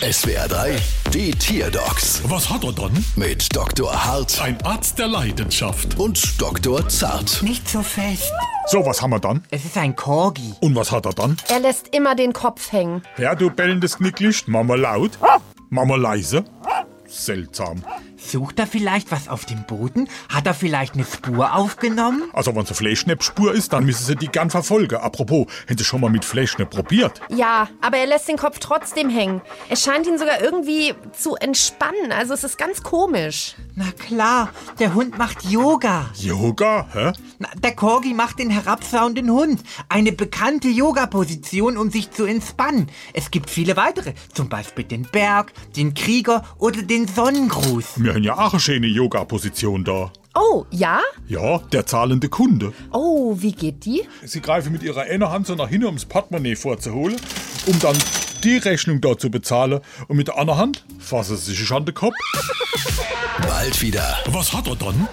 SWR 3, die Tierdocs Was hat er dann? mit Dr. Hart Ein Arzt der Leidenschaft. und Dr. Zart. Nicht so fest. So, was haben wir dann? Es ist ein Corgi. Und was hat er dann? Er lässt immer den Kopf hängen. Ja, du bellendes Knicklicht. Mama laut. Mama leise. Seltsam. Sucht er vielleicht was auf dem Boden? Hat er vielleicht eine Spur aufgenommen? Also, wenn es eine Fleischschnepp-Spur ist, dann müssen sie die gern verfolgen. Apropos, hätten sie schon mal mit Fleischschnepp probiert? Ja, aber er lässt den Kopf trotzdem hängen. Es scheint ihn sogar irgendwie zu entspannen. Also es ist ganz komisch. Na klar, der Hund macht Yoga. Yoga, hä? Na, der Corgi macht den herabschauenden Hund. Eine bekannte Yoga-Position, um sich zu entspannen. Es gibt viele weitere. Zum Beispiel den Berg, den Krieger oder den Sonnengruß. Wir haben ja auch eine schöne Yoga-Position da. Oh, ja? Ja, der zahlende Kunde. Oh, wie geht die? Sie greifen mit ihrer einen Hand so nach hinten, ums Portemonnaie vorzuholen, um dann die Rechnung da zu bezahlen. Und mit der anderen Hand fassen sie sich an den Kopf. Bald wieder. Was hat er dann?